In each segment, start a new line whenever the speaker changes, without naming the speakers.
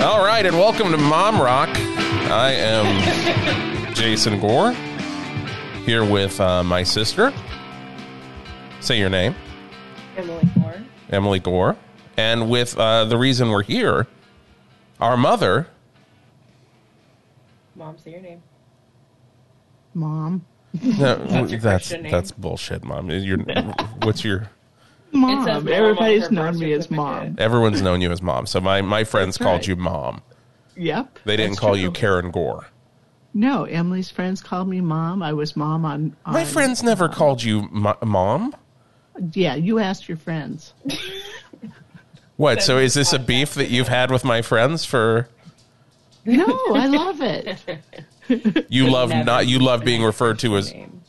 All right, and welcome to Mom Rock. I am Jason Gore here with uh, my sister. Say your name,
Emily Gore.
Emily Gore, and with uh, the reason we're here, our mother.
Mom, say your name.
Mom.
No,
That's your
that's
Christian name.
that's bullshit, mom. You're, what's your?
It says
Mom.
mom
Everybody's
on her
known
birth
me as
certificate.
mom.
Everyone's known you as mom, so my my friends called
right.
you mom.
Yep.
They didn't
that's
call
true.
you Karen Gore.
No, Emily's friends called me mom. I was mom on. on
My friends never called you mo- mom.
Yeah, you asked your friends.
What? So is this a beef that you've had with my friends for?
No, I love it.
You love
never
not you love being referred to as
Name.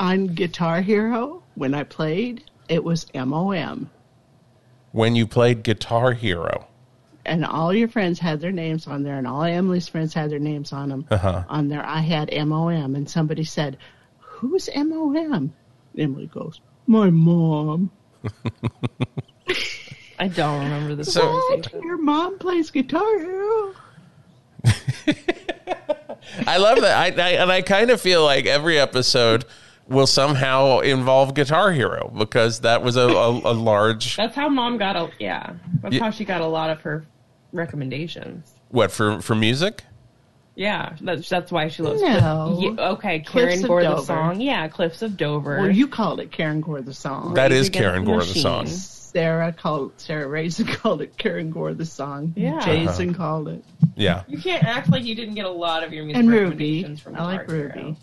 On Guitar Hero, when I played, it was M O M,
when you played Guitar Hero.
and all your friends had their names on there, and all Emily's friends had their names on them.
Uh-huh.
On there, I had M O M, and somebody said, "Who's M O M?" Emily goes, "My mom."
I don't remember this
So-
What?
conversation.
Oh, Your mom plays Guitar Hero.
I love that. I, I and I kind of feel like every episode will somehow involve Guitar Hero because that was a, a, a large
That's how mom got a yeah. That's
Yeah.
how she got a lot of her recommendations.
what for for music.
Yeah, that's that's why she loves.
No.
Cliff- yeah, okay,
Cliffs
Karen
of
Gore the
Dover.
song. Yeah, Cliffs of Dover.
Well, you called it Karen Gore the song.
That is
Against
Karen
the
Gore the song.
Machine.
Sarah called Sarah Raisin called it Karen Gore the song.
Uh-huh.
Yeah.
Jason called it.
Yeah,
You can't act like you didn't get a lot of your music
And Ruby.
recommendations from
I like
Guitar
Ruby.
Hero.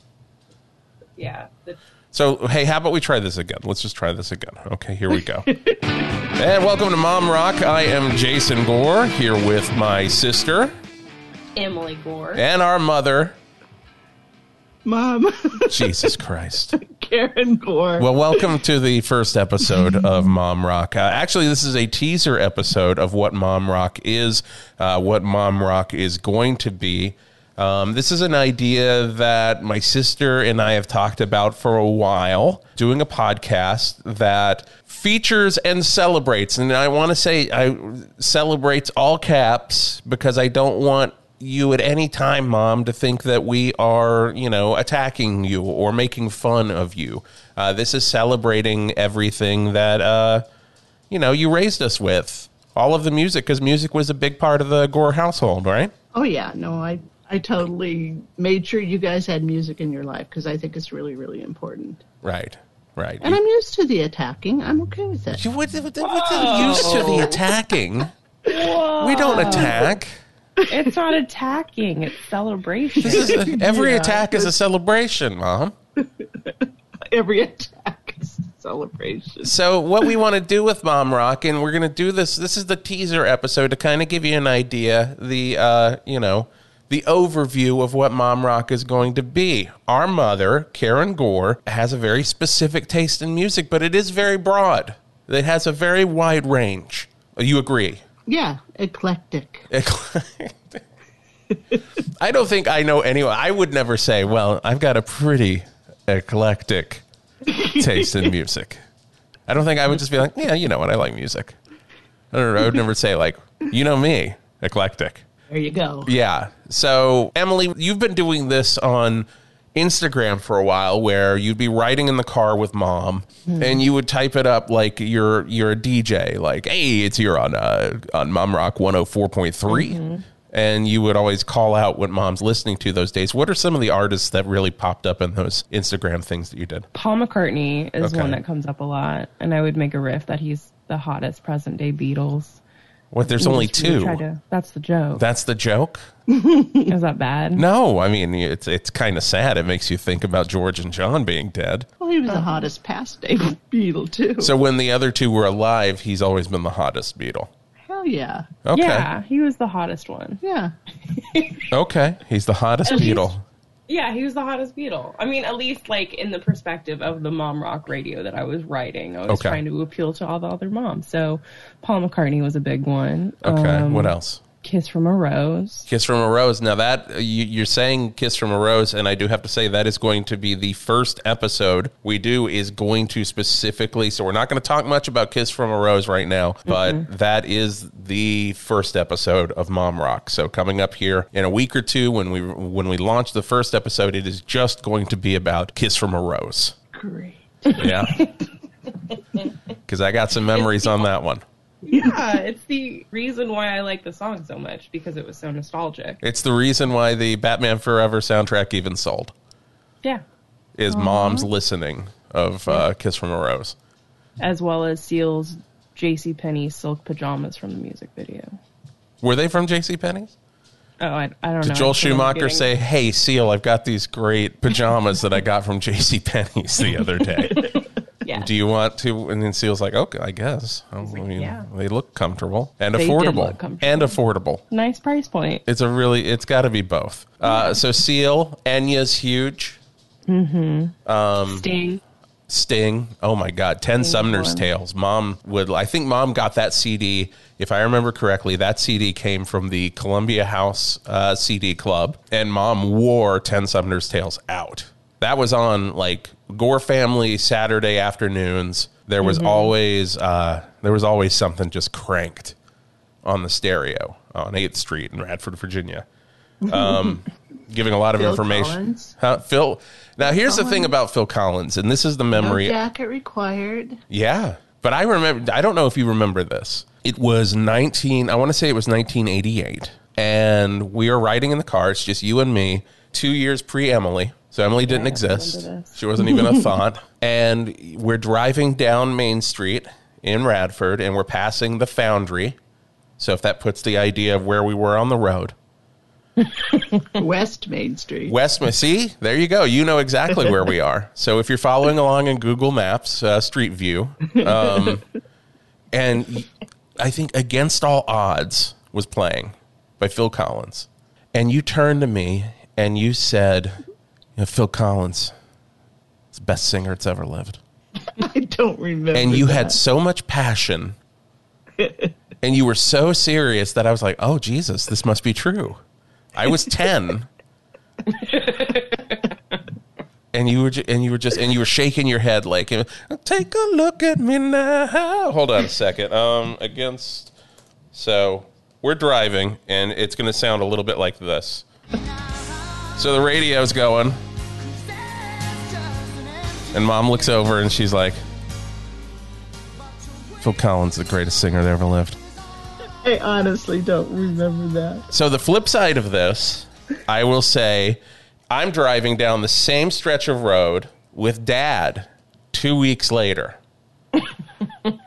Yeah, the-
So, hey, how about we try this again? Let's just try this again. Okay, here we go. and welcome to Mom Rock. I am Jason Gore here with my sister
Emily Gore.
and our mother.
Mom
Jesus Christ.
Karen Gore.
Well, welcome to the first episode of Mom Rock. Uh, actually, this is a teaser episode of what Mom Rock is, uh, what Mom Rock is going to be. Um, this is an idea that my sister and I have talked about for a while, doing a podcast that features and celebrates. And I want to say I celebrates all caps because I don't want you at any time, mom, to think that we are, you know, attacking you or making fun of you. Uh, this is celebrating everything that, uh, you know, you raised us with. All of the music, because music was a big part of the Gore household, right?
oh yeah, no, I I totally made sure you guys had music in your life because I think it's really really important.
Right, right.
And
you,
I'm used to the attacking. I'm okay with it.
you- what- what- what's the use to the attacking? We don't attack.
It's not attacking; it's celebration.
This is a- every
Yeah.
attack is a celebration, mom.
Every attack is a celebration.
So what we want to do with Mom Rock, and we're going to do this. This is the teaser episode to kind of give you an idea, the uh, you know, the overview of what Mom Rock is going to be. Our mother, Karen Gore, has a very specific taste in music, but it is very broad. It has a very wide range. You agree?
Yeah, eclectic.
I don't think I know anyone. I would never say, well, I've got a pretty eclectic taste in music. I don't think I would just be like, yeah, you know what? I like music. I don't know. I would never say, like, you know me, eclectic.
There you go.
Yeah. So, Emily, you've been doing this on Instagram for a while where you'd be riding in the car with mom
Hmm.
and you would type it up like you're you're a DJ like hey it's here on uh, on Mom Rock 104.3
Mm-hmm.
and you would always call out what mom's listening to those days. What are some of the artists that really popped up in those Instagram things that you did?
Paul McCartney is
Okay.
one that comes up a lot, and I would make a riff that he's the hottest present day Beatles.
What there's only
Just really
two.
try to- that's the joke.
That's the joke?
is that bad?
No, I mean it's it's kind of sad. It makes you think about George and John being dead.
Well, he was the hottest past day Beatle too.
So when the other two were alive, he's always been the hottest Beatle.
Hell yeah,
Okay.
Yeah, he was the hottest one.
yeah.
Okay. He's the hottest
At least-
Beatle.
Yeah, he was the hottest Beatle. I mean, at least like in the perspective of the mom rock radio that I was writing, I was
Okay.
trying to appeal to all the other moms. So Paul McCartney was a big one.
Okay.
Um,
what else?
Kiss from a Rose.
Kiss from a Rose. Now that uh, you, you're saying Kiss from a Rose, and I do have to say that is going to be the first episode we do is going to specifically. So we're not going to talk much about Kiss from a Rose right now,
Mm-hmm.
but that is the first episode of Mom Rock. So coming up here in a week or two, when we when we launch the first episode, it is just going to be about Kiss from a Rose.
Great.
Yeah, because I got some memories on that one.
Yeah, it's the reason why I like the song so much because it was so nostalgic.
It's the reason why the Batman Forever soundtrack even sold.
Yeah.
is mom's listening of uh, Kiss from a Rose.
As well as Seal's J.C. Penney silk pajamas from the music video.
Were they from JCPenney?
Oh, I, I don't know.
Did Joel
I'm sort of
Schumacher
getting-
say, Hey, Seal, I've got these great pajamas that I got from JCPenney's the other day.
Yeah.
Do you want to? And then Seal's like, Okay, I guess. I
like,
mean,
"Yeah."
They look comfortable and
They did
affordable.
look comfortable.
And affordable.
nice price point.
It's a really, it's got to be both. Uh, so, Seal, Enya's huge.
Mm. Sting.
Sting. Oh my God. 10 Sumner's
Horn.
Tales. Mom would, I think mom got that CD. If I remember correctly, that CD came from the Columbia House uh, CD Club, and mom wore 10 Sumner's Tales out. That was on like Gore Family Saturday afternoons. There
Mm-hmm.
was always uh, there was always something just cranked on the stereo on 8th Street in Radford, Virginia. Um, giving a lot of
Phil
information.
Collins?
Huh? Phil. Now here's the thing
Collins.
about Phil Collins, and this is the
No
memory.
jacket required.
Yeah. But I remember, I don't know if you remember this. It was 19, I want to say it was 1988. And we were riding in the car. It's just you and me, two years pre Emily. So Emily didn't exist.
remember this.
She wasn't even a thought. And we're driving down Main Street in Radford and we're passing the foundry. So if that puts the idea of where we were on the road,
West Main Street.
Westman. See, there you go. You know exactly where we are. So if you're following along in Google Maps, uh, Street View, um, and I think Against All Odds was playing by Phil Collins, and you turned to me and you said, you know, "Phil Collins, is the best singer that's ever lived."
I don't remember.
And you
that.
had so much passion, and you were so serious that I was like, "Oh Jesus, this must be true." I was ten, and you were ju- and you were just and you were shaking your head like, "Take a look at me now." Hold on a second. Um, against so we're driving, and it's going to sound a little bit like this. So the radio's going, and Mom looks over, and she's like. Phil Collins, the greatest singer that ever lived.
I honestly don't remember that.
So the flip side of this, I will say, I'm driving down the same stretch of road with Dad two weeks later.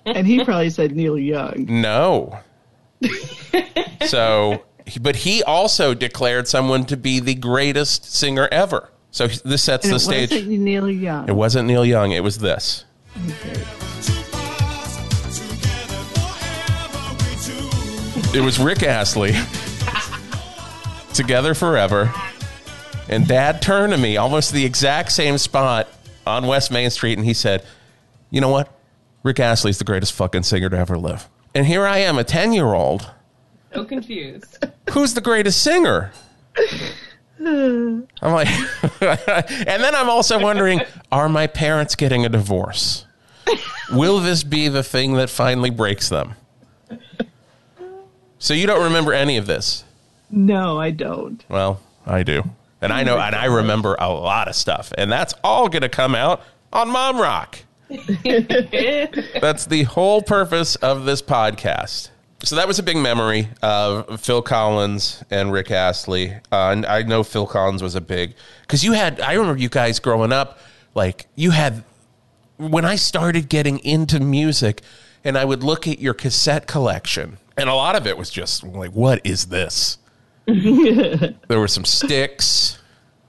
And he probably said Neil Young.
No. so, but he also declared someone to be the greatest singer ever. So this sets
And
the
it
stage.
wasn't Neil
it
Young.
wasn't Neil Young. It was this. It was Rick Astley. Together forever. And dad turned to me, almost the exact same spot on West Main Street, and he said, You know what? Rick Astley's the greatest fucking singer to ever live. And here I am, a 10 year old.
So confused.
Who's the greatest singer? I'm like, and then I'm also wondering are my parents getting a divorce? Will this be the thing that finally breaks them? So you don't remember any of this?
No, I don't.
Well, I do. And I know, and I remember a lot of stuff. And that's all going to come out on Mom Rock. That's the whole purpose of this podcast. So that was a big memory of Phil Collins and Rick Astley. Uh, and I know Phil Collins was a big, because you had, I remember you guys growing up, like you had, when I started getting into music and I would look at your cassette collection, and a lot of it was just like, what is this? There were some sticks.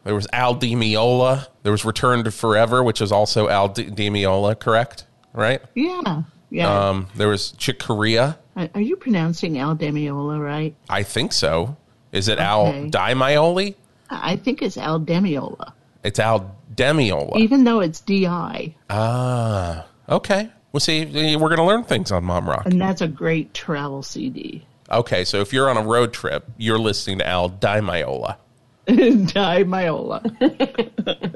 There was Al Di Meola. There was Return to Forever, which is also Al Di Di Meola, correct? Right?
Yeah. Yeah.
Um, there was Chick Corea.
Are- Are you pronouncing Al Demiola right?
I think so. Is it Al
Okay.
Di Meoli?
I I think it's Al Demiola,
It's Al Demiola.
even though it's DI.
Ah, okay. Well, see, we're going to learn things on Mom Rock.
And that's a great travel CD.
Okay, so if you're on a road trip, you're listening to Al Daimiola.
Di Miola.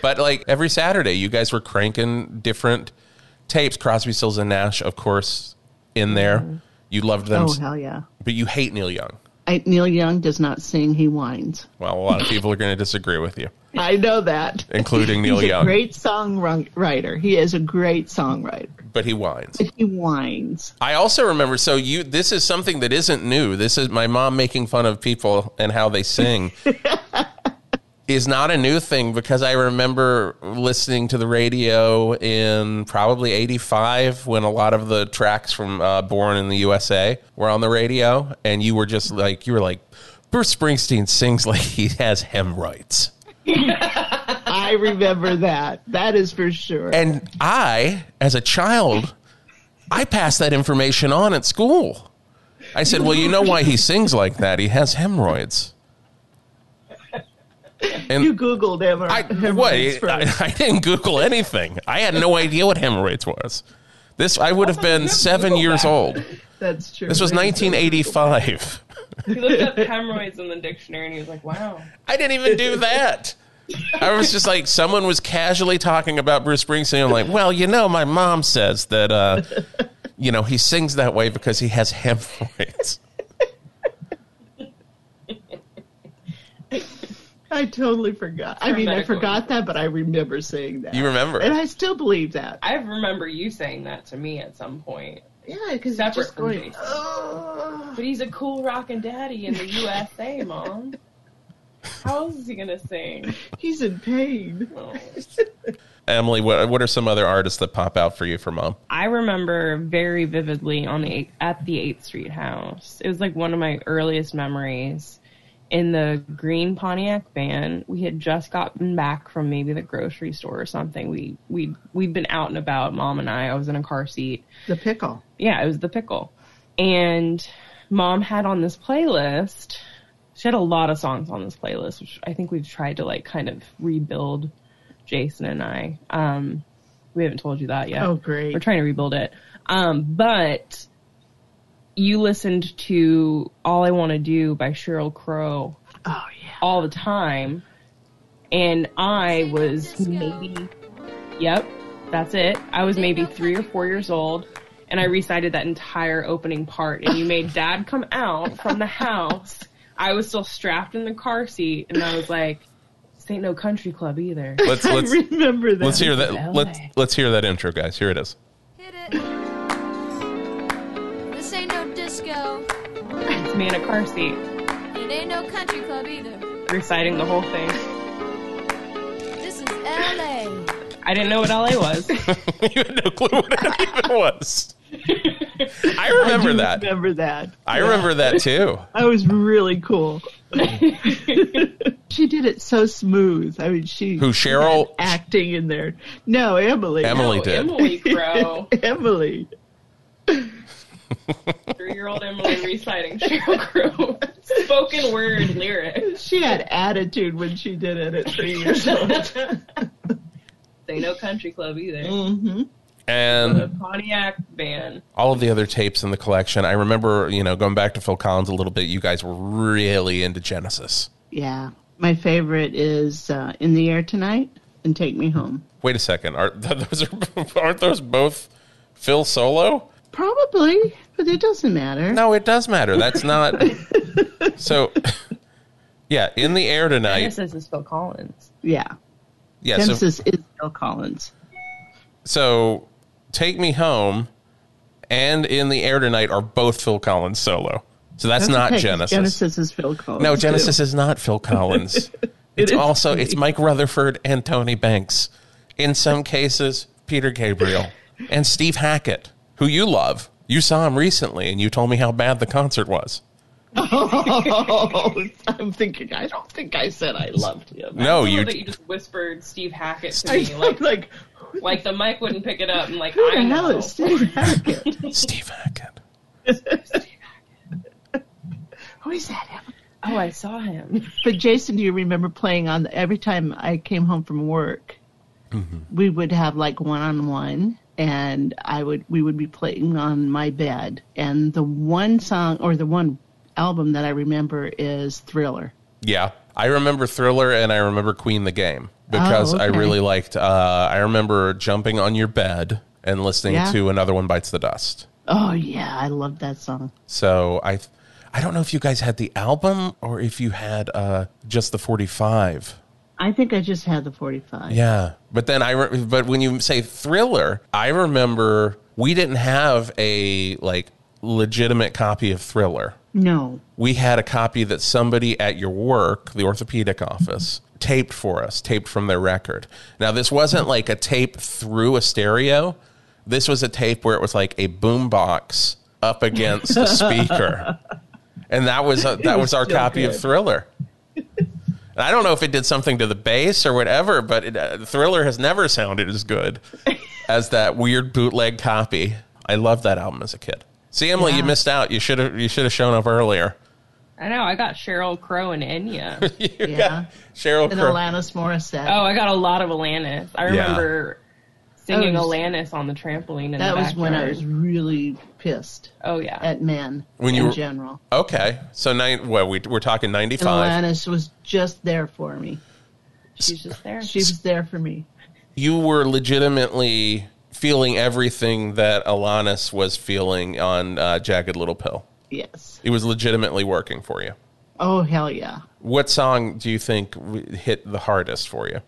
But like every Saturday, you guys were cranking different tapes. Crosby, Stills, and Nash, of course, in there. You loved them,
Oh hell yeah!
but you hate Neil Young.
I, Neil Young does not sing; he whines.
Well, a lot of people are going to disagree with you,
I know that.
including Neil
He's a
Young.
great songwriter. He is a great songwriter.
but he whines.
But he whines.
I also remember. So you, this is something that isn't new. This is my mom making fun of people and how they sing. Is not a new thing because I remember listening to the radio in probably '85 when a lot of the tracks from uh, "Born in the USA" were on the radio, and you were just like, you were like, Bruce Springsteen sings like he has hemorrhoids.
I remember that. That is for sure.
And I, as a child, I passed that information on at school. I said, Well, you know why he sings like that? He has hemorrhoids.
you Googled him. Or
I, what? I, I didn't Google anything. I had no idea what hemorrhoids was. This I would have been
you have
seven
Google
years
that.
old.
That's true.
This was 1985.
He looked up hemorrhoids in the dictionary and he was like, wow.
I didn't even do that. I was just like, someone was casually talking about Bruce Springsteen. I'm like, well, you know, my mom says that, uh, you know, he sings that way because he has hemorrhoids.
I totally forgot. I mean, I
Hermetically.
forgot that, but I remember saying that.
You remember.
And I still believe that.
I remember you saying that to me at some point.
Yeah, because
Separate
it's just
from
going.
Jason.
"Ugh."
But he's a cool rockin' daddy in the USA, Mom. How else is he gonna sing?
He's in pain.
Oh.
Emily, what, what are some other artists that pop out for you for mom?
I remember very vividly on the at the Eighth Street House. It was like one of my earliest memories. In the green Pontiac van, we had just gotten back from maybe the grocery store or something. We we we'd been out and about, mom and I. I was in a car seat.
The pickle.
yeah, it was the pickle. And mom had on this playlist, she had a lot of songs on this playlist, which I think we've tried to like kind of rebuild Jason and I. Um, we haven't told you that yet.
Oh, great.
We're trying to rebuild it. Um, but you listened to All I Want to Do by Cheryl Crow
Oh yeah.
all the time. And I was maybe, yep, that's it. I was maybe three or four years old, and I recited that entire opening part. And you made dad come out from the house. I was still strapped in the car seat, and I was like, "This ain't no country club either."
Let's
I
let's
remember that.
let's hear
LA.
that. Let's let's hear that intro, guys. Here it is.
Hit it. This ain't no disco.
It's me in a car seat
and It ain't no country club either.
reciting the whole thing.
This is LA.
I didn't know what LA was.
you had no clue what it even was. I remember
I do
that.
Remember that.
I remember that too.
That was really cool. she did it so smooth. I mean, she
Who Cheryl
acting in there. No, Emily.
Emily did.
Emily Crow,
Emily.
three-year-old Emily reciting Cheryl Crow spoken word lyrics.
She had attitude when she did it at three years old.
They no country club either.
Mm.
hmm
The
and
Pontiac van.
all of the other tapes in the collection. I remember, you know, going back to Phil Collins a little bit. You guys were really into Genesis.
Yeah. My favorite is uh, In the Air Tonight and Take Me Home.
Wait a second. Aren't those are, aren't those both Phil solo?
Probably, but it doesn't matter.
No, it does matter. That's not. so, yeah, in the air tonight.
Genesis is Phil Collins.
Yeah.
Yeah, so,
Genesis is Bill Collins.
so take me home, and in the air tonight are both Phil Collins solo. So that's, not
Okay, 'cause
Genesis.
Genesis is Bill Collins.
No, Genesis
too.
is not Phil Collins. it's
is
also
me.
it's Mike Rutherford and Tony Banks. In some cases, Peter Gabriel and Steve Hackett, who you love. You saw him recently, and you told me how bad the concert was.
Oh, I'm thinking. I don't think I said I loved him.
No,
I love
you
that you just whispered Steve Hackett to
I
me,
am
like
like
like the mic wouldn't pick it up. And like
who the
I
hell
know.
is Steve Hackett?
Steve Hackett.
Who is that? Emma?
Oh, I saw him.
But Jason, do you remember playing
Mm-hmm.
on? The, every time I came home from work, we would have like one on one, and I would we would be playing on my bed. And the one song or the one album that I remember is Thriller.
Yeah. I remember Thriller and I remember Queen the Game because I
Oh, okay.
really liked uh I remember jumping on your bed and listening
Yeah.
to Another One Bites the Dust.
Oh yeah, I love that song.
So I I don't know if you guys had the album or if you had uh just the 45.
I think I just had the 45.
Yeah, but then I re- but when you say thriller, I remember we didn't have a like legitimate copy of Thriller.
No.
We had a copy that somebody at your work, the orthopedic office, taped for us, taped from their record. Now this wasn't like a tape through a stereo. This was a tape where it was like a boombox up against a speaker. And that was that was,
was
our
so
copy of
good.
Thriller. And I don't know if it did something to the bass or whatever, but it, uh, Thriller has never sounded as good as that weird bootleg copy. I loved that album as a kid. See, Emily, you
Yeah.
missed out. You should have you should have shown up earlier.
I know. I got Cheryl Crow and Enya.
You got
Yeah.
Cheryl
And
Crow.
Alanis Morissette.
oh, I got a lot of Alanis. I remember singing
I was-
Alanis on the trampoline. In
Oh, that
the
was when I
backyard.
was really pissed
Oh yeah.
at men
When
in
you were-
general.
Okay, so nine. Well, we we're talking ninety
And
five.
Alanis was just there for me.
She's just there.
She was there for me.
You were legitimately feeling everything that Alanis was feeling on uh, Jagged Little Pill.
Yes.
It was legitimately working for you.
Oh hell yeah.
What song do you think w- hit the hardest for you?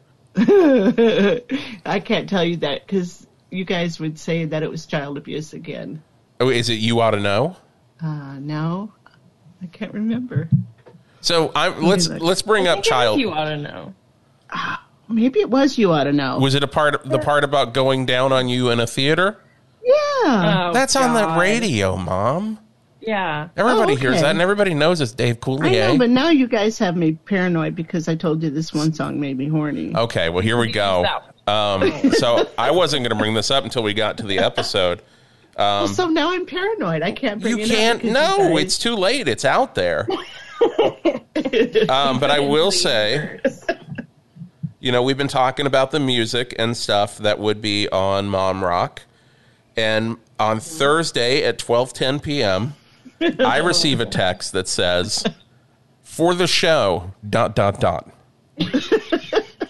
I can't tell you that because you guys would say that it was child abuse again.
Oh, is it you ought to know?
Uh, no, I can't remember.
So I'm let's
Music.
let's bring up child.
You ought to know.
Maybe it was you ought to know.
Was it a part the part about going down on you in a theater?
yeah.
Oh,
That's on
God.
the radio, mom.
Yeah.
Everybody
Oh,
hears
okay.
that, and everybody knows it's Dave
I
Coulier.
know, but now you guys have me paranoid because I told you this one song made me horny.
Okay, well here we go. Um, so I wasn't going to bring this up until we got to the episode.
so now I'm paranoid. I can't bring
You
it
can't.
up because you
No,
guys-
it's too late. It's out there. um, but I will say, you know, we've been talking about the music and stuff that would be on Mom Rock, and on Thursday at twelve ten p.m., I receive a text that says, "For the show, dot dot dot,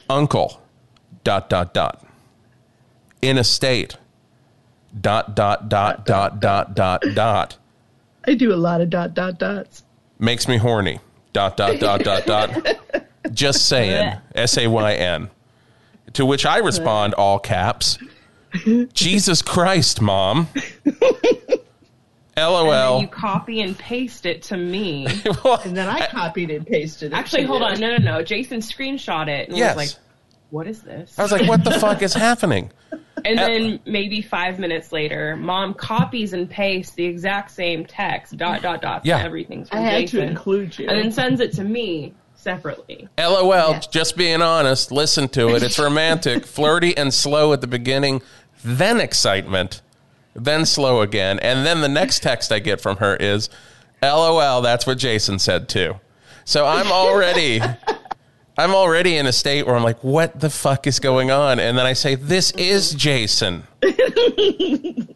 Uncle, dot dot dot, in a state." Dot dot dot dot dot dot dot
I do a lot of dot dot dots.
makes me horny. Dot dot dot dot dot. Just saying. S A Y N. To which I respond, all caps. Jesus Christ, mom.
Well,
LOL.
you copy and paste it to me.
And then I copied and pasted it.
Actually,
to
hold
you.
on. No, no, no. Jason screenshot it and
yes.
was like, "What is this?"
I was like, what the fuck is happening?
and then maybe five minutes later, mom copies and pastes the exact same text. Dot dot dot.
Yeah.
Everything's
I
from
had
Jason.
to include you.
and then sends it to me separately.
LOL,
Yeah.
just being honest, listen to it. It's romantic, flirty, and slow at the beginning, then excitement, then slow again. And then the next text I get from her is, LOL, that's what Jason said too. So I'm already. I'm already in a state where I'm like, what the fuck is going on? And then I say, this is Jason. and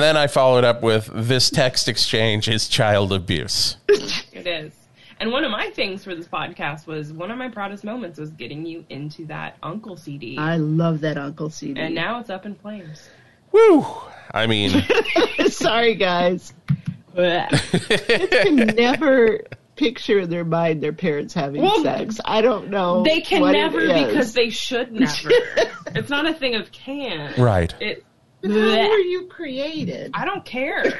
then I followed up with, this text exchange is child abuse.
It is. And one of my things for this podcast was one of my proudest moments was getting you into that Uncle CD.
I love that Uncle CD.
and now it's up in flames.
Woo! I mean.
Sorry, guys.
Blech.
can never picture in their mind their parents having
Well,
sex. I don't know.
they can
what it
never
is.
because they should never. it's not a thing of can.
Right.
It,
how were
blech.
you created?
I don't care.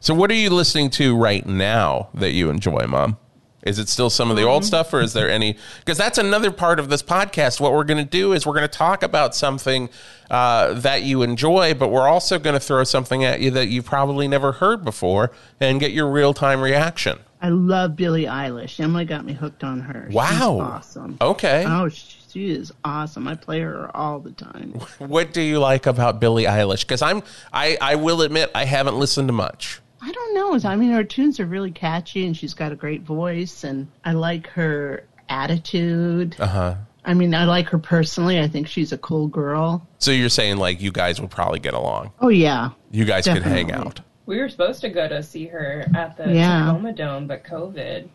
So, what are you listening to right now that you enjoy, Mom? Is it still some of the
Mm-hmm.
old stuff, or is there any? Because that's another part of this podcast. What we're going to do is we're going to talk about something uh, that you enjoy, but we're also going to throw something at you that you've probably never heard before and get your real time reaction.
I love Billie Eilish. Emily got me hooked on her. She's
Wow.
awesome.
Okay.
Oh, she is awesome. I play her all the time.
What do you like about Billie Eilish? Because I'm, I, I will admit, I haven't listened to much.
I don't know. I mean, her tunes are really catchy, and she's got a great voice, and I like her attitude.
Uh huh.
I mean, I like her personally. I think she's a cool girl.
So you're saying like you guys would probably get along.
Oh yeah,
You guys could hang
Definitely.
out.
We were supposed to go to see her at the
Yeah.
Tacoma Dome, but COVID,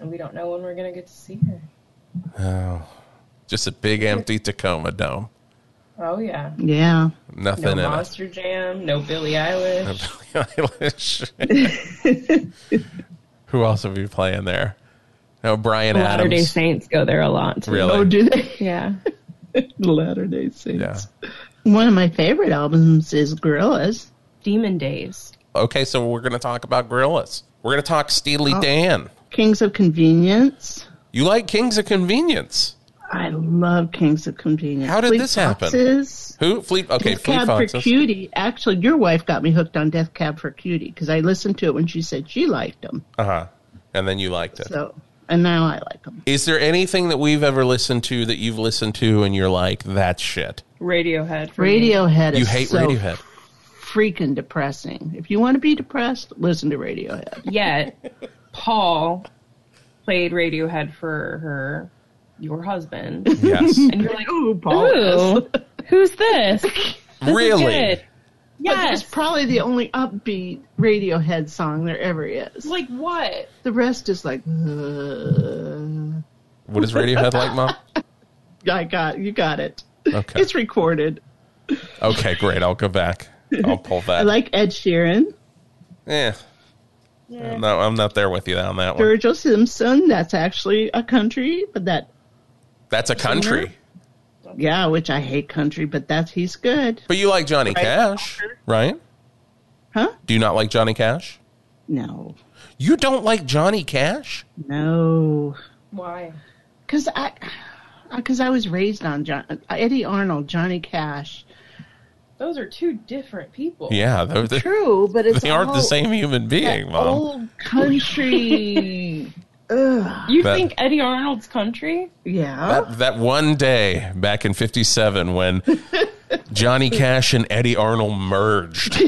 and we don't know when we're gonna get to see her.
Just a big empty Tacoma dome.
Oh yeah,
yeah.
no
Nothing in it.
Monster Jam, no Billie Eilish.
Billie Eilish. Who else have you playing there? No, Brian
Latter Day
Adams.
Saints go there a lot. too.
Really?
Oh, do they?
Yeah.
the Latter Day Saints.
Yeah.
One of my favorite albums is Gorillaz.
Demon Days.
Okay, so we're going to talk about gorillas. We're going to talk Steely
Oh.
Dan.
Kings of Convenience.
You like Kings of Convenience?
I love Kings of Convenience.
How did this happen?
Foxes,
Who? Fleet. Okay,
Death
Fleet
Cab for
Foxes.
Cutie. Actually, your wife got me hooked on Death Cab for Cutie because I listened to it when she said she liked them.
Uh huh. And then you liked it. Is
So, and now I like them.
there anything that we've ever listened to that you've listened to and you're like, that shit?
Radiohead. for me.
Radiohead.
You
is
hate
so
Radiohead.
Freaking depressing. If you want to be depressed, listen to Radiohead.
Yet, Paul played Radiohead for her, your husband.
Yes.
And you're like,
Ooh, Paul.
ooh, who's this?
really?
Good.
But
Yes.
it's probably the only upbeat Radiohead song there ever is.
Like what?
The rest is like, uh,
What is Radiohead like, Mom?
I got you got it.
Okay.
It's recorded.
Okay, great. I'll go back. I'll pull that.
I like Ed Sheeran,
Eh. I'm not, I'm not there with you on that one.
Virgil Simpson. That's actually a country, but that
That's a country.
yeah, which I hate country, but that's he's good,
But you like Johnny Cash, right?
huh?
Do you not like Johnny Cash?
No,
You don't like Johnny Cash?
no,
Why?
because I because I was raised on John uh, Eddie Arnold, Johnny Cash.
Those are two different people.
Yeah, they're, they're-
True, but it's
they aren't the
all
same human being, Mom.
Old country. Ugh.
You
That-
think Eddie Arnold's country?
Yeah.
That, that one day back in 57 when Johnny Cash and Eddie Arnold merged.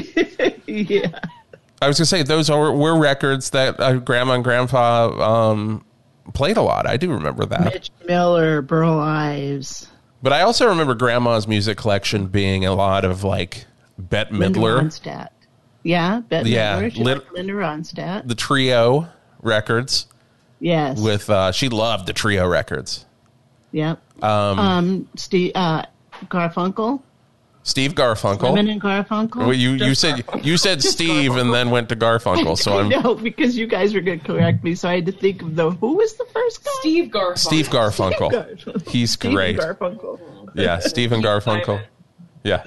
yeah.
I was going to say, those are, were records that uh, Grandma and Grandpa um, played a lot. I do remember that.
Mitch Miller, Burl Ives,
But I also remember Grandma's music collection being a lot of like Bette
Linda
Midler,
Ronstadt. Yeah, Bette
Yeah,
Midler. She
Lin-
liked Linda Ronstadt.
the trio records
yes.
with uh she loved the trio records.
yep. Um, Steve uh, Garfunkel. Oh,
Steve
Lemon
Garfunkel.
and Garfunkel.
Well, you you said you said Steve and then went to Garfunkel, so I'm
no, because you guys were going to correct me, so I had to think of the who was the first guy.
Steve Garfunkel.
Steve Garfunkel.
Garfunkel.
He's
Steve
great.
Garfunkel.
Yeah, Stephen Garfunkel.
Simon.
Yeah.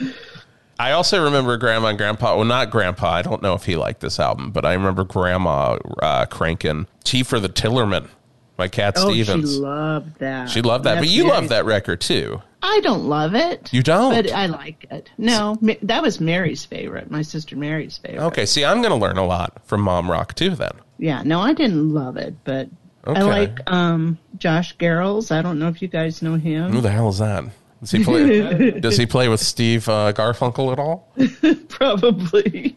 I also remember Grandma and Grandpa. Well, not Grandpa. I don't know if he liked this album, but I remember Grandma uh, cranking "T for the Tillerman" by Cat
Oh,
Stevens.
she loved that.
She loved that.
That's
But you
Mary's-
love that record too.
I don't love it.
You don't?
But I like it. No, Ma- that was Mary's favorite. My sister Mary's favorite.
Okay, see, I'm going to learn a lot from Mom Rock too then.
Yeah, no, I didn't love it, but
Okay.
I like um, Josh Garrels. I don't know if you guys know
Who
him.
the hell is that? Does he play, does he play with Steve uh, Garfunkel at all?
Probably.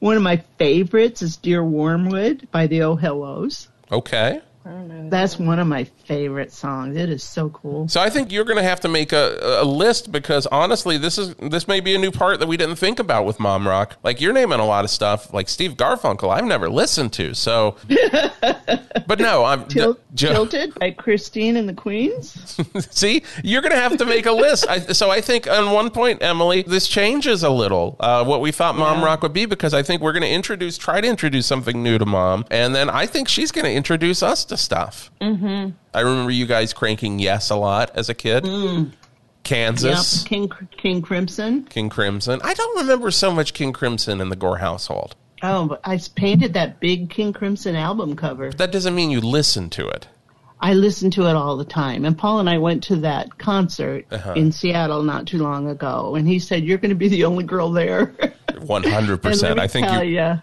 One of my favorites is Dear Wormwood by the Oh Hellos.
Okay.
I don't know.
That's one of my favorite songs. It is so cool.
So I think you're going to have to make a, a list because honestly, this is this may be a new part that we didn't think about with Mom Rock. Like you're naming a lot of stuff, like Steve Garfunkel, I've never listened to. So, but no, I'm
Til-
Jo-
Tilted by Christine and the Queens.
See, you're going to have to make a list. I, so I think on one point, Emily, this changes a little uh, what we thought Mom Rock would be because I think we're going to introduce, try to introduce something new to Mom, and then I think she's going to introduce us to stuff. Mm-hmm. I remember you guys cranking Yes a lot as a kid.
Mm. Yep.
Kansas,
King, King Crimson.
King Crimson. I don't remember so much King Crimson in the Gore household.
Oh, but I painted that big King Crimson album cover.
That doesn't mean you listen to it.
I listen to it all the time. And Paul and I went to that concert
Uh-huh.
in Seattle not too long ago, and he said, "You're going to be the only girl there."
One hundred
and let
percent.
me
I think
tell
you.
ya,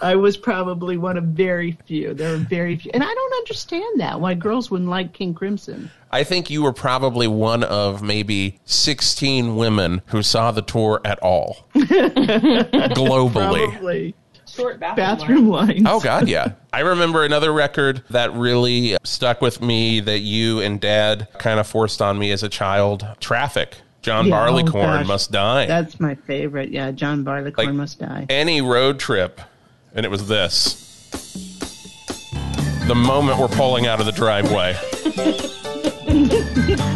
I was probably one of very few. There were very few, and I don't understand that why girls wouldn't like King Crimson.
I think you were probably one of maybe 16 women who saw the tour at all globally.
Probably.
short bathroom.
bathroom
line.
lines.
Oh God, yeah. I remember another record that really stuck with me that you and Dad kind of forced on me as a child. Traffic. John
Yeah, oh,
Barleycorn
gosh.
must die.
That's my favorite. Yeah, John Barleycorn
Like- eh.
must die.
Any road trip, and it was this. The moment we're pulling out of the driveway.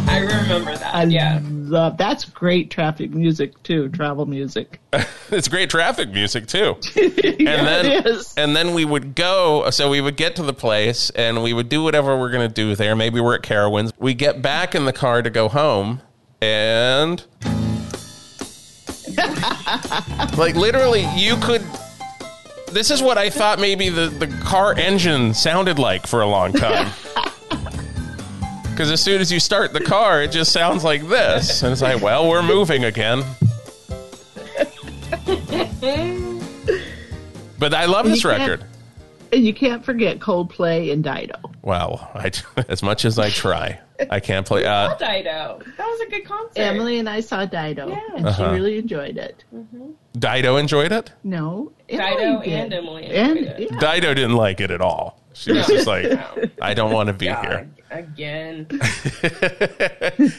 I remember that.
I
yeah.
love that's great traffic music too, travel music.
it's great traffic music too.
Yeah,
and then
it is.
and then we would go so we would get to the place and we would do whatever we're going to do there maybe we're at carowinds we get back in the car to go home and like literally you could this is what i thought maybe the, the car engine sounded like for a long time because as soon as you start the car it just sounds like this and it's like well we're moving again but i love this
You can't-
record
and you can't forget Coldplay and Dido.
Wow, I, as much as I try, I can't play. Uh,
Dido. That was a good concert.
Emily and I saw Dido,
Yeah.
and she
Uh-huh.
really enjoyed it.
Dido enjoyed it.
No,
Dido
Emily did.
and Emily.
and
enjoyed it.
yeah.
Dido didn't like it at all. She was just like, "I don't want to be here."
God, again. I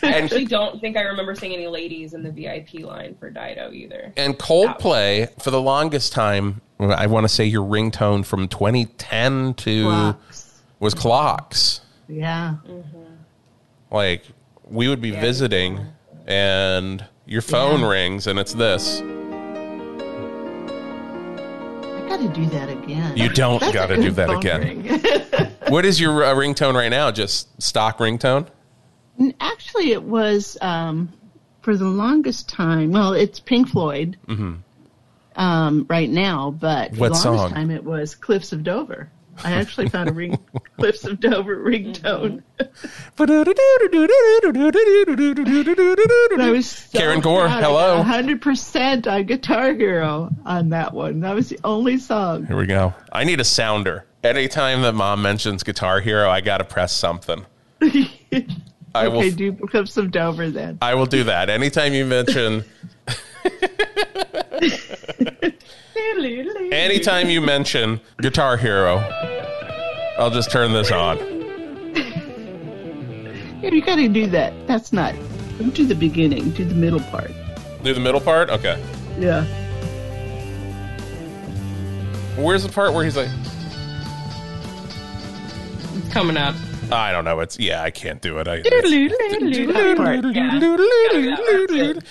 actually
And
don't think I remember seeing any ladies in the VIP line for Dido either.
and Coldplay for the longest time, I want to say your ringtone from 2010 to
Clocks.
was clocks.
yeah.
Like we would be visiting, and your phone rings, and it's this.
I got to do that again.
You don't
That's a
gotta
good
do that
phone
again.
ring.
What is your uh, ringtone right now? Just stock ringtone.
And Actually, it was um, for the longest time. Well, it's Pink Floyd um, right now, but
Mm-hmm. What
the longest
song?
time it was Cliffs of Dover. I actually found a ring, Cliffs of Dover ringtone. And I was so
Karen Gore,
proud.
hello.
hundred percent on Guitar Hero on that one. That was the only song.
Here we go. I need a sounder. Anytime that mom mentions Guitar Hero, I gotta press something. I will.
okay, do Cliffs of Dover then.
I will do that. Anytime you mention, anytime you mention Guitar Hero, I'll just turn this on.
Yeah, you gotta do that. That's not. Don't do the beginning. Do the middle part.
Do the middle part. Okay.
Yeah.
Where's the part where he's like,
It's coming up.
I don't know. It's yeah, I can't do it. I,
Do that part.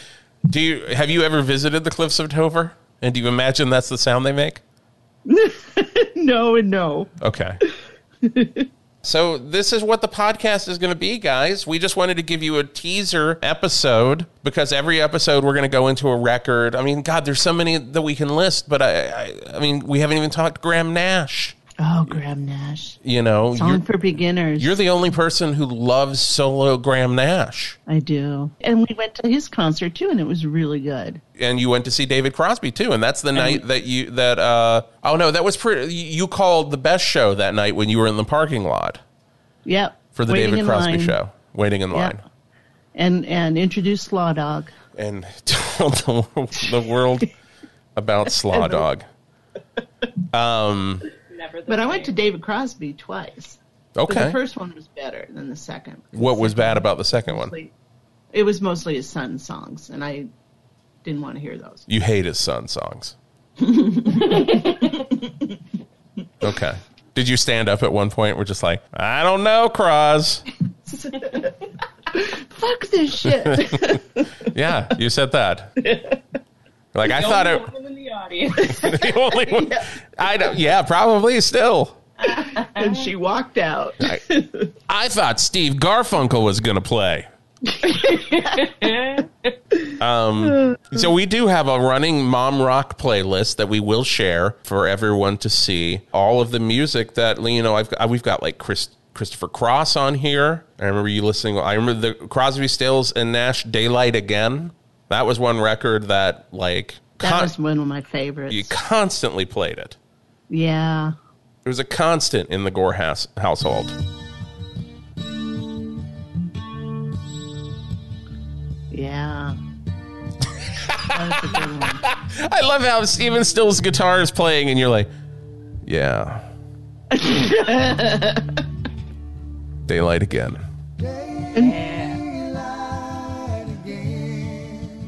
do you have you ever visited the Cliffs of Dover? And do you imagine that's the sound they make?
No and no.
Okay. so this is what the podcast is going to be, guys. We just wanted to give you a teaser episode because every episode we're going to go into a record. I mean, God, there's so many that we can list, but I, I, I mean, we haven't even talked Graham Nash.
Oh, Graham Nash.
You know,
Song
you're,
for beginners.
you're the only person who loves solo Graham Nash,
I do. And we went to his concert too, and it was really good.
and you went to see David Crosby too, and that's the night that you that uh oh no, that was pretty. You called the best show that night when you were in the parking lot
Yep.
for the
Waiting
David
in
Crosby
line.
show, waiting in line.
And and introduced Slaw Dog.
and told the, wor- the world about Slaw Dog.
Never the
But I
same.
went to David Crosby twice. But
Okay.
the first one was better than the second.
What was bad about the second one?
Like, It was mostly his son's songs, and I didn't want to hear those.
You hate his son songs. okay. Did you stand up at one point? We're just like, I don't know, Cross.
Fuck this shit.
Yeah, you said that. Like I thought
Only
it
woman in the audience.
the only one. I don't. Yeah, probably still.
and she walked out.
I thought Steve Garfunkel was going to play. um, so we do have a running mom rock playlist that we will share for everyone to see. All of the music that you know, I've we've got like Chris. Christopher Cross on here. I remember you listening. I remember the Crosby, Stills, and Nash "Daylight Again." That was one record that like
That
con-
was one of my favorites.
you constantly played it.
yeah.
It was a constant in the Gore house- household.
Yeah. That was a good one.
I love how Steven Still's guitar is playing, and you're like, yeah. Daylight again.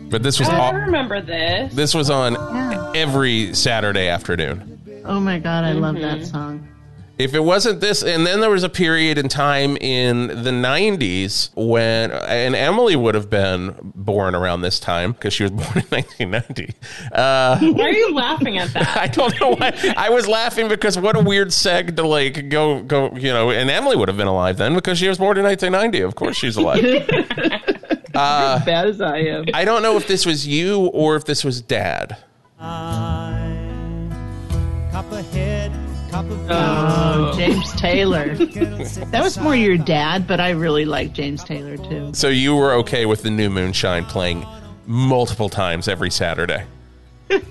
But this was
Oh, I
all,
remember this.
this was on
Yeah.
every Saturday afternoon.
Oh my god, I love that song.
If it wasn't this, and then there was a period in time in the 90s when, and Emily would have been born around this time because she was born in 1990. Uh,
Why are you laughing at that?
I don't know why I was laughing because what a weird seg to like go go you know and Emily would have been alive then because she was born in 1990 of course she's alive
Bad as I am.
I don't know if this was you or if this was Dad
Copperhead,
Oh, James Taylor. that was more your dad, but I really like James Taylor too.
so you were okay with the new moonshine playing multiple times every Saturday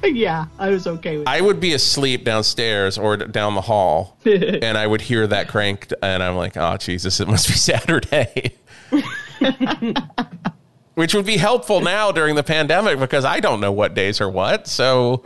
yeah, I was okay with.
I would be asleep downstairs or d- down the hall and I would hear that cranked and I'm like oh Jesus it must be Saturday. Which would be helpful now during the pandemic because I don't know what days are what. So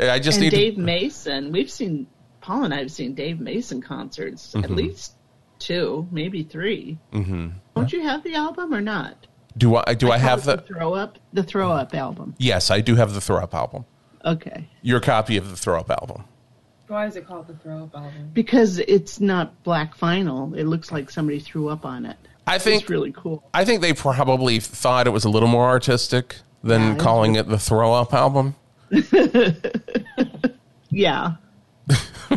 I just
and
need to
Dave Mason. We've seen Paul and I have seen Dave Mason concerts at
Mm-hmm.
least two, maybe 3 Mm-hmm. Don't you have the album or not?
Do I do I, have
the,
the
throw up the throw up album?
Yes, I do have the throw up album.
Okay,
Your copy of the throw up album.
Why is it called the throw up album?
because it's not black vinyl. It looks like somebody threw up on it.
I think
It's really cool.
I think they probably thought it was a little more artistic than
Yeah.
calling it the throw up album.
Yeah,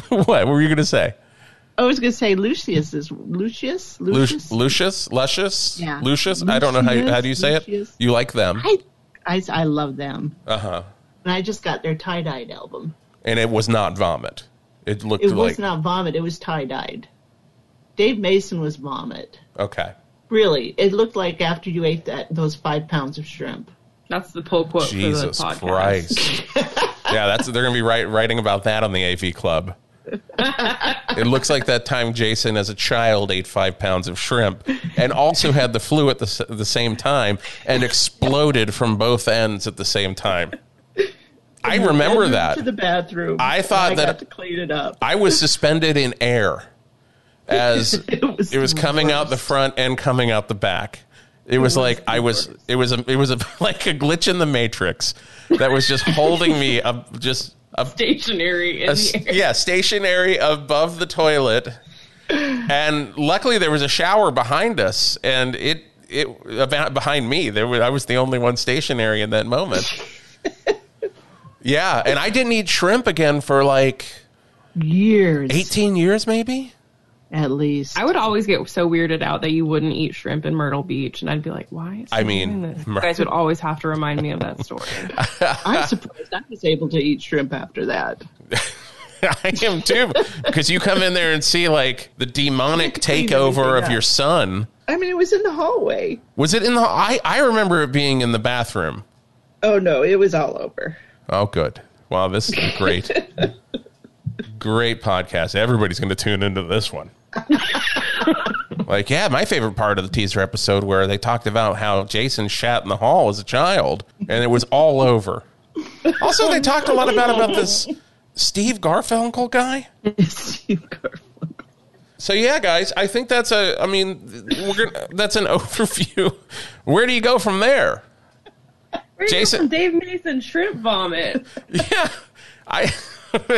what were you going to say?
I was gonna say Lucius is Lucius
Lu-
Lucius.
Lucius, Luscious,
Yeah.
Lucius. I don't know how you, how do you say it.
Lucius.
You like them,
I, I I love them,
uh huh?
and I just got their tie dyed album.
And it was not vomit. It looked
It
like
was not vomit. It was tie dyed. Dave Mason was vomit.
okay.
Really, it looked like after you ate that those five pounds of shrimp.
That's the pull quote
Jesus
for the podcast.
Christ. yeah, that's they're gonna be write, writing about that on the AV Club. it looks like that time Jason, as a child, ate five pounds of shrimp and also had the flu at the s- the same time and exploded from both ends at the same time. I remember
Bedroom
that.
to the bathroom.
I thought
and I
that-
got to clean it up.
I was suspended in air as
It was
it was
the
coming out the
worst.
front and coming out the back. It was like I was. It was a. It was a, like a glitch in the matrix that was just holding me up, just up,
Stationary in
a s-
the air.
yeah, stationary above the toilet. And luckily, there was a shower behind us, and it it about behind me. There was I was the only one stationary in that moment. yeah, and I didn't eat shrimp again for like
years,
18 years, maybe.
at least.
I would always get so weirded out that you wouldn't eat shrimp in Myrtle Beach, and I'd be like, "Why?" Is
I
he
mean,
doing this?
Myr-
you guys would always have to remind me of that story.
I'm surprised I was able to eat shrimp after that.
I am too, because you come in there and see like the demonic takeover of your son.
I mean, it was in the hallway.
Was it in the? I I remember it being in the bathroom.
Oh no, it was all over.
Oh, good. Wow, this is great. great podcast. Everybody's going to tune into this one. like, yeah, my favorite part of the teaser episode where they talked about how Jason shat in the hall as a child and it was all over. Also, they talked a lot about about this Steve Garfunkel guy.
Steve Garfunkel.
So yeah, guys, I think that's a. I mean, we're gonna. That's an overview. Where do you go from there?
Where you go
Jason-
from Dave Mason shrimp vomit.
Yeah, I.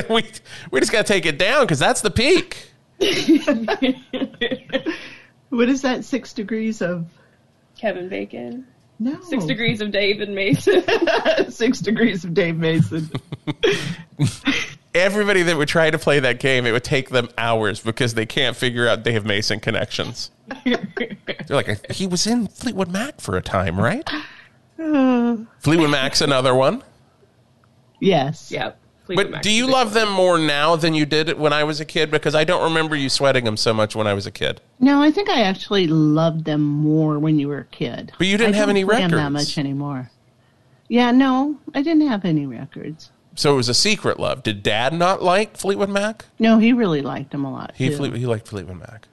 we we just gotta take it down because that's the peak.
What is that? Six degrees of
Kevin Bacon. Oh.
no
Six degrees of David Mason.
six degrees of Dave Mason.
Everybody that would try to play that game, it would take them hours because they can't figure out Dave Mason connections. They're like, he was in Fleetwood Mac for a time, right? Fleetwood Mac's another one.
yes.
yep. Fleetwood
But
Mac
do
is
you
a big
love
one.
them more now than you did when I was a kid? Because I don't remember you sweating them so much when I was a kid.
No, I think I actually loved them more when you were a kid.
But you didn't
I
have any
play 'em
records.
that much anymore. Yeah, no, I didn't have any records.
So it was a secret love. Did Dad not like Fleetwood Mac?
No, he really liked them a lot.
He
too.
Fleet, he liked Fleetwood Mac.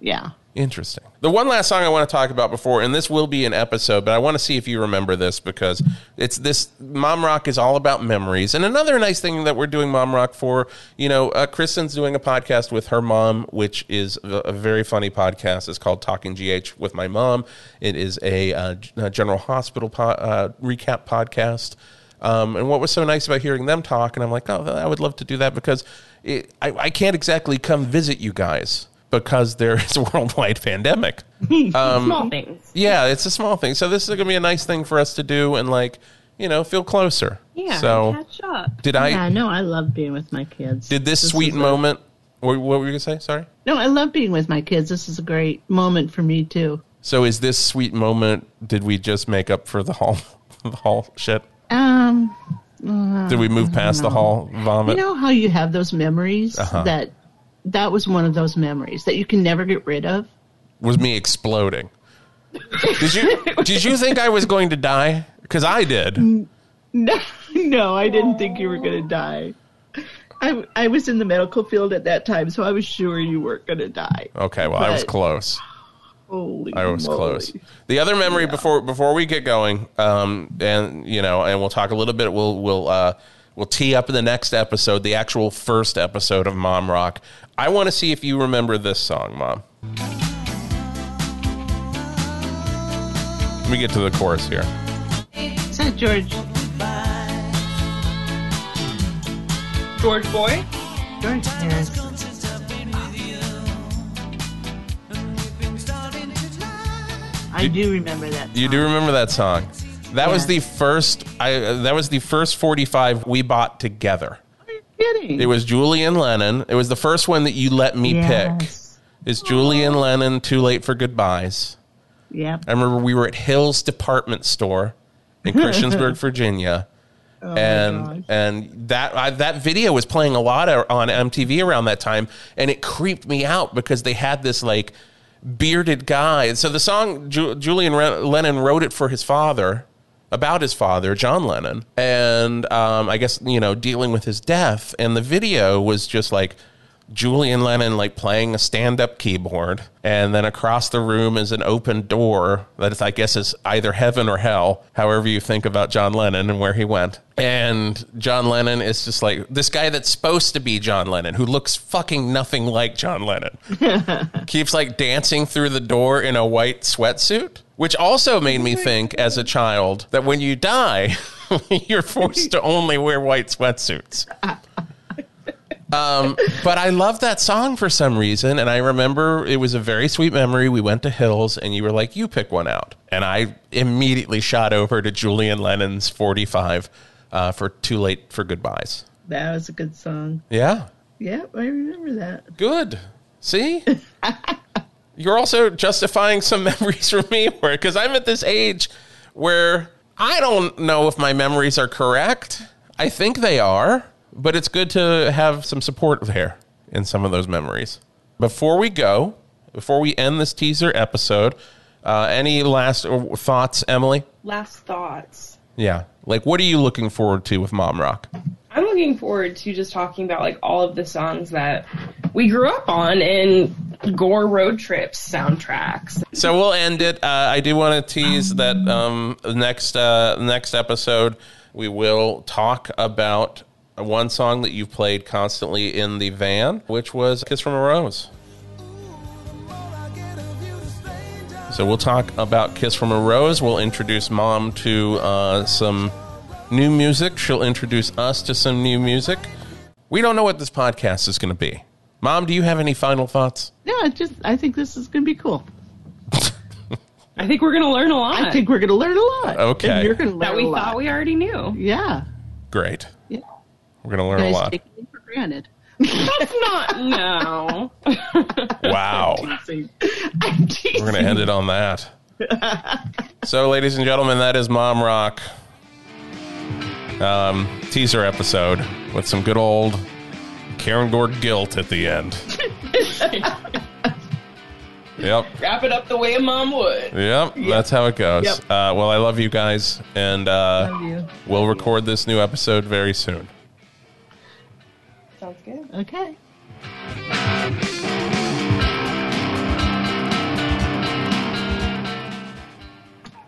Yeah.
Interesting. The one last song I want to talk about before, and this will be an episode, but I want to see if you remember this because it's this Mom Rock is all about memories. And another nice thing that we're doing Mom Rock for, you know, uh, Kristen's doing a podcast with her mom, which is a, a very funny podcast. It's called Talking GH with My Mom. It is a, uh, G- uh, General Hospital po- uh, recap podcast. Um, and what was so nice about hearing them talk, and I'm like, oh, I would love to do that because it, I, I can't exactly come visit you guys because there is a worldwide pandemic. Um,
Small things.
Yeah, it's a small thing. So this is going to be a nice thing for us to do and like, you know, feel closer.
Yeah.
So
catch up.
did I
yeah, no, I love being with my kids.
did this,
is
sweet
a-
moment? What, what were you going to say? Sorry.
No, I love being with my kids. This is a great moment for me too.
So is this sweet moment? Did we just make up for the hall? The hall shit.
Um,
Did we move past the hall vomit?
you know how you have those memories
Uh-huh.
that that was one of those memories that you can never get rid of.
was me exploding. Did you did you think I was going to die? Because I did.
No, no, I didn't think you were going to die. I, I was in the medical field at that time, so I was sure you weren't going to die.
Okay, well I was
But-
close.
Holy
Oh, I was
moly.
close. The other memory before before we get going, um, and you know, and we'll talk a little bit. We'll we'll uh, we'll tee up the next episode, the actual first episode of Mom Rock. I want to see if you remember this song, Mom. Let me get to the chorus here.
Is that George?
George Boy.
George Harris. I do remember that.
You do remember that song? That was
Yeah.
the first. I that was the first forty-five we bought together.
You're kidding.
It was Julian Lennon. It was the first one that you let me
Yes.
pick. Is Julian Lennon too late for goodbyes?
Yep.
I remember we were at Hill's department store in Christiansburg, Virginia. and
gosh.
and that I, that video was playing a lot ar- on MTV around that time, and it creeped me out because they had this like bearded guy. And so the song Ju- Julian Re- Lennon wrote it for his father about his father, John Lennon, and um, I guess you know dealing with his death. And the video was just like Julian Lennon like playing a stand-up keyboard, and then across the room is an open door that is, I guess is either heaven or hell, however you think about John Lennon and where he went. And John Lennon is just like this guy that's supposed to be John Lennon, who looks fucking nothing like John Lennon, keeps like dancing through the door in a white sweatsuit, which also made me think as a child that when you die, you're forced to only wear white sweatsuits. Um, but I love that song for some reason, and I remember it was a very sweet memory. We went to Hills, and you were like, "You pick one out," and I immediately shot over to Julian Lennon's "45" uh, for "Too Late for Goodbyes."
That was a good song.
Yeah,
Yep, I remember that.
good. See, you're also justifying some memories for me, where because I'm at this age where I don't know if my memories are correct. I think they are, but it's good to have some support there in some of those memories. Before we go, before we end this teaser episode, uh, any last uh, thoughts, Emily?
Last thoughts.
Yeah, like what are you looking forward to with Mom Rock?
I'm looking forward to just talking about like all of the songs that we grew up on in Gore road trips soundtracks.
So we'll end it. Uh, I do want to tease that um, next uh, next episode we will talk about one song that you've played constantly in the van, which was "Kiss from a Rose." So we'll talk about "Kiss from a Rose." We'll introduce Mom to uh, some new music. She'll introduce us to some new music. We don't know what this podcast is going to be. Mom, do you have any final thoughts?
No, it just I think this is going to be cool.
I think we're gonna learn a lot
I think we're going to learn a lot.
Okay.
And you're going to learn
that we
a lot.
thought we already knew.
yeah.
Great.
Yeah.
We're going to learn a
Guys
lot.
taking it for granted.
That's not no.
Wow.
I'm teasing.
We're going to end it on that. so, ladies and gentlemen, that is Mom Rock um, teaser episode with some good old Karen Gord guilt at the end. yep.
Wrap it up the way a mom would.
Yep. That's how it goes.
Yep.
Uh, well, I love you guys, and uh,
Love you.
we'll record this new episode very soon.
Sounds good.
Okay.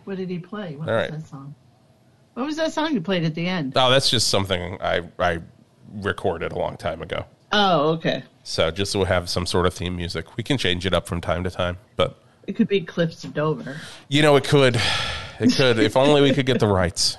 What did he play? What
All
was
right.
that song? What was that song you played at the end?
Oh, that's just something I I recorded a long time ago.
Oh, okay.
So just we'll have some sort of theme music. We can change it up from time to time, but
It could be Cliffs of Dover.
you know it could, it could. if only we could get the rights.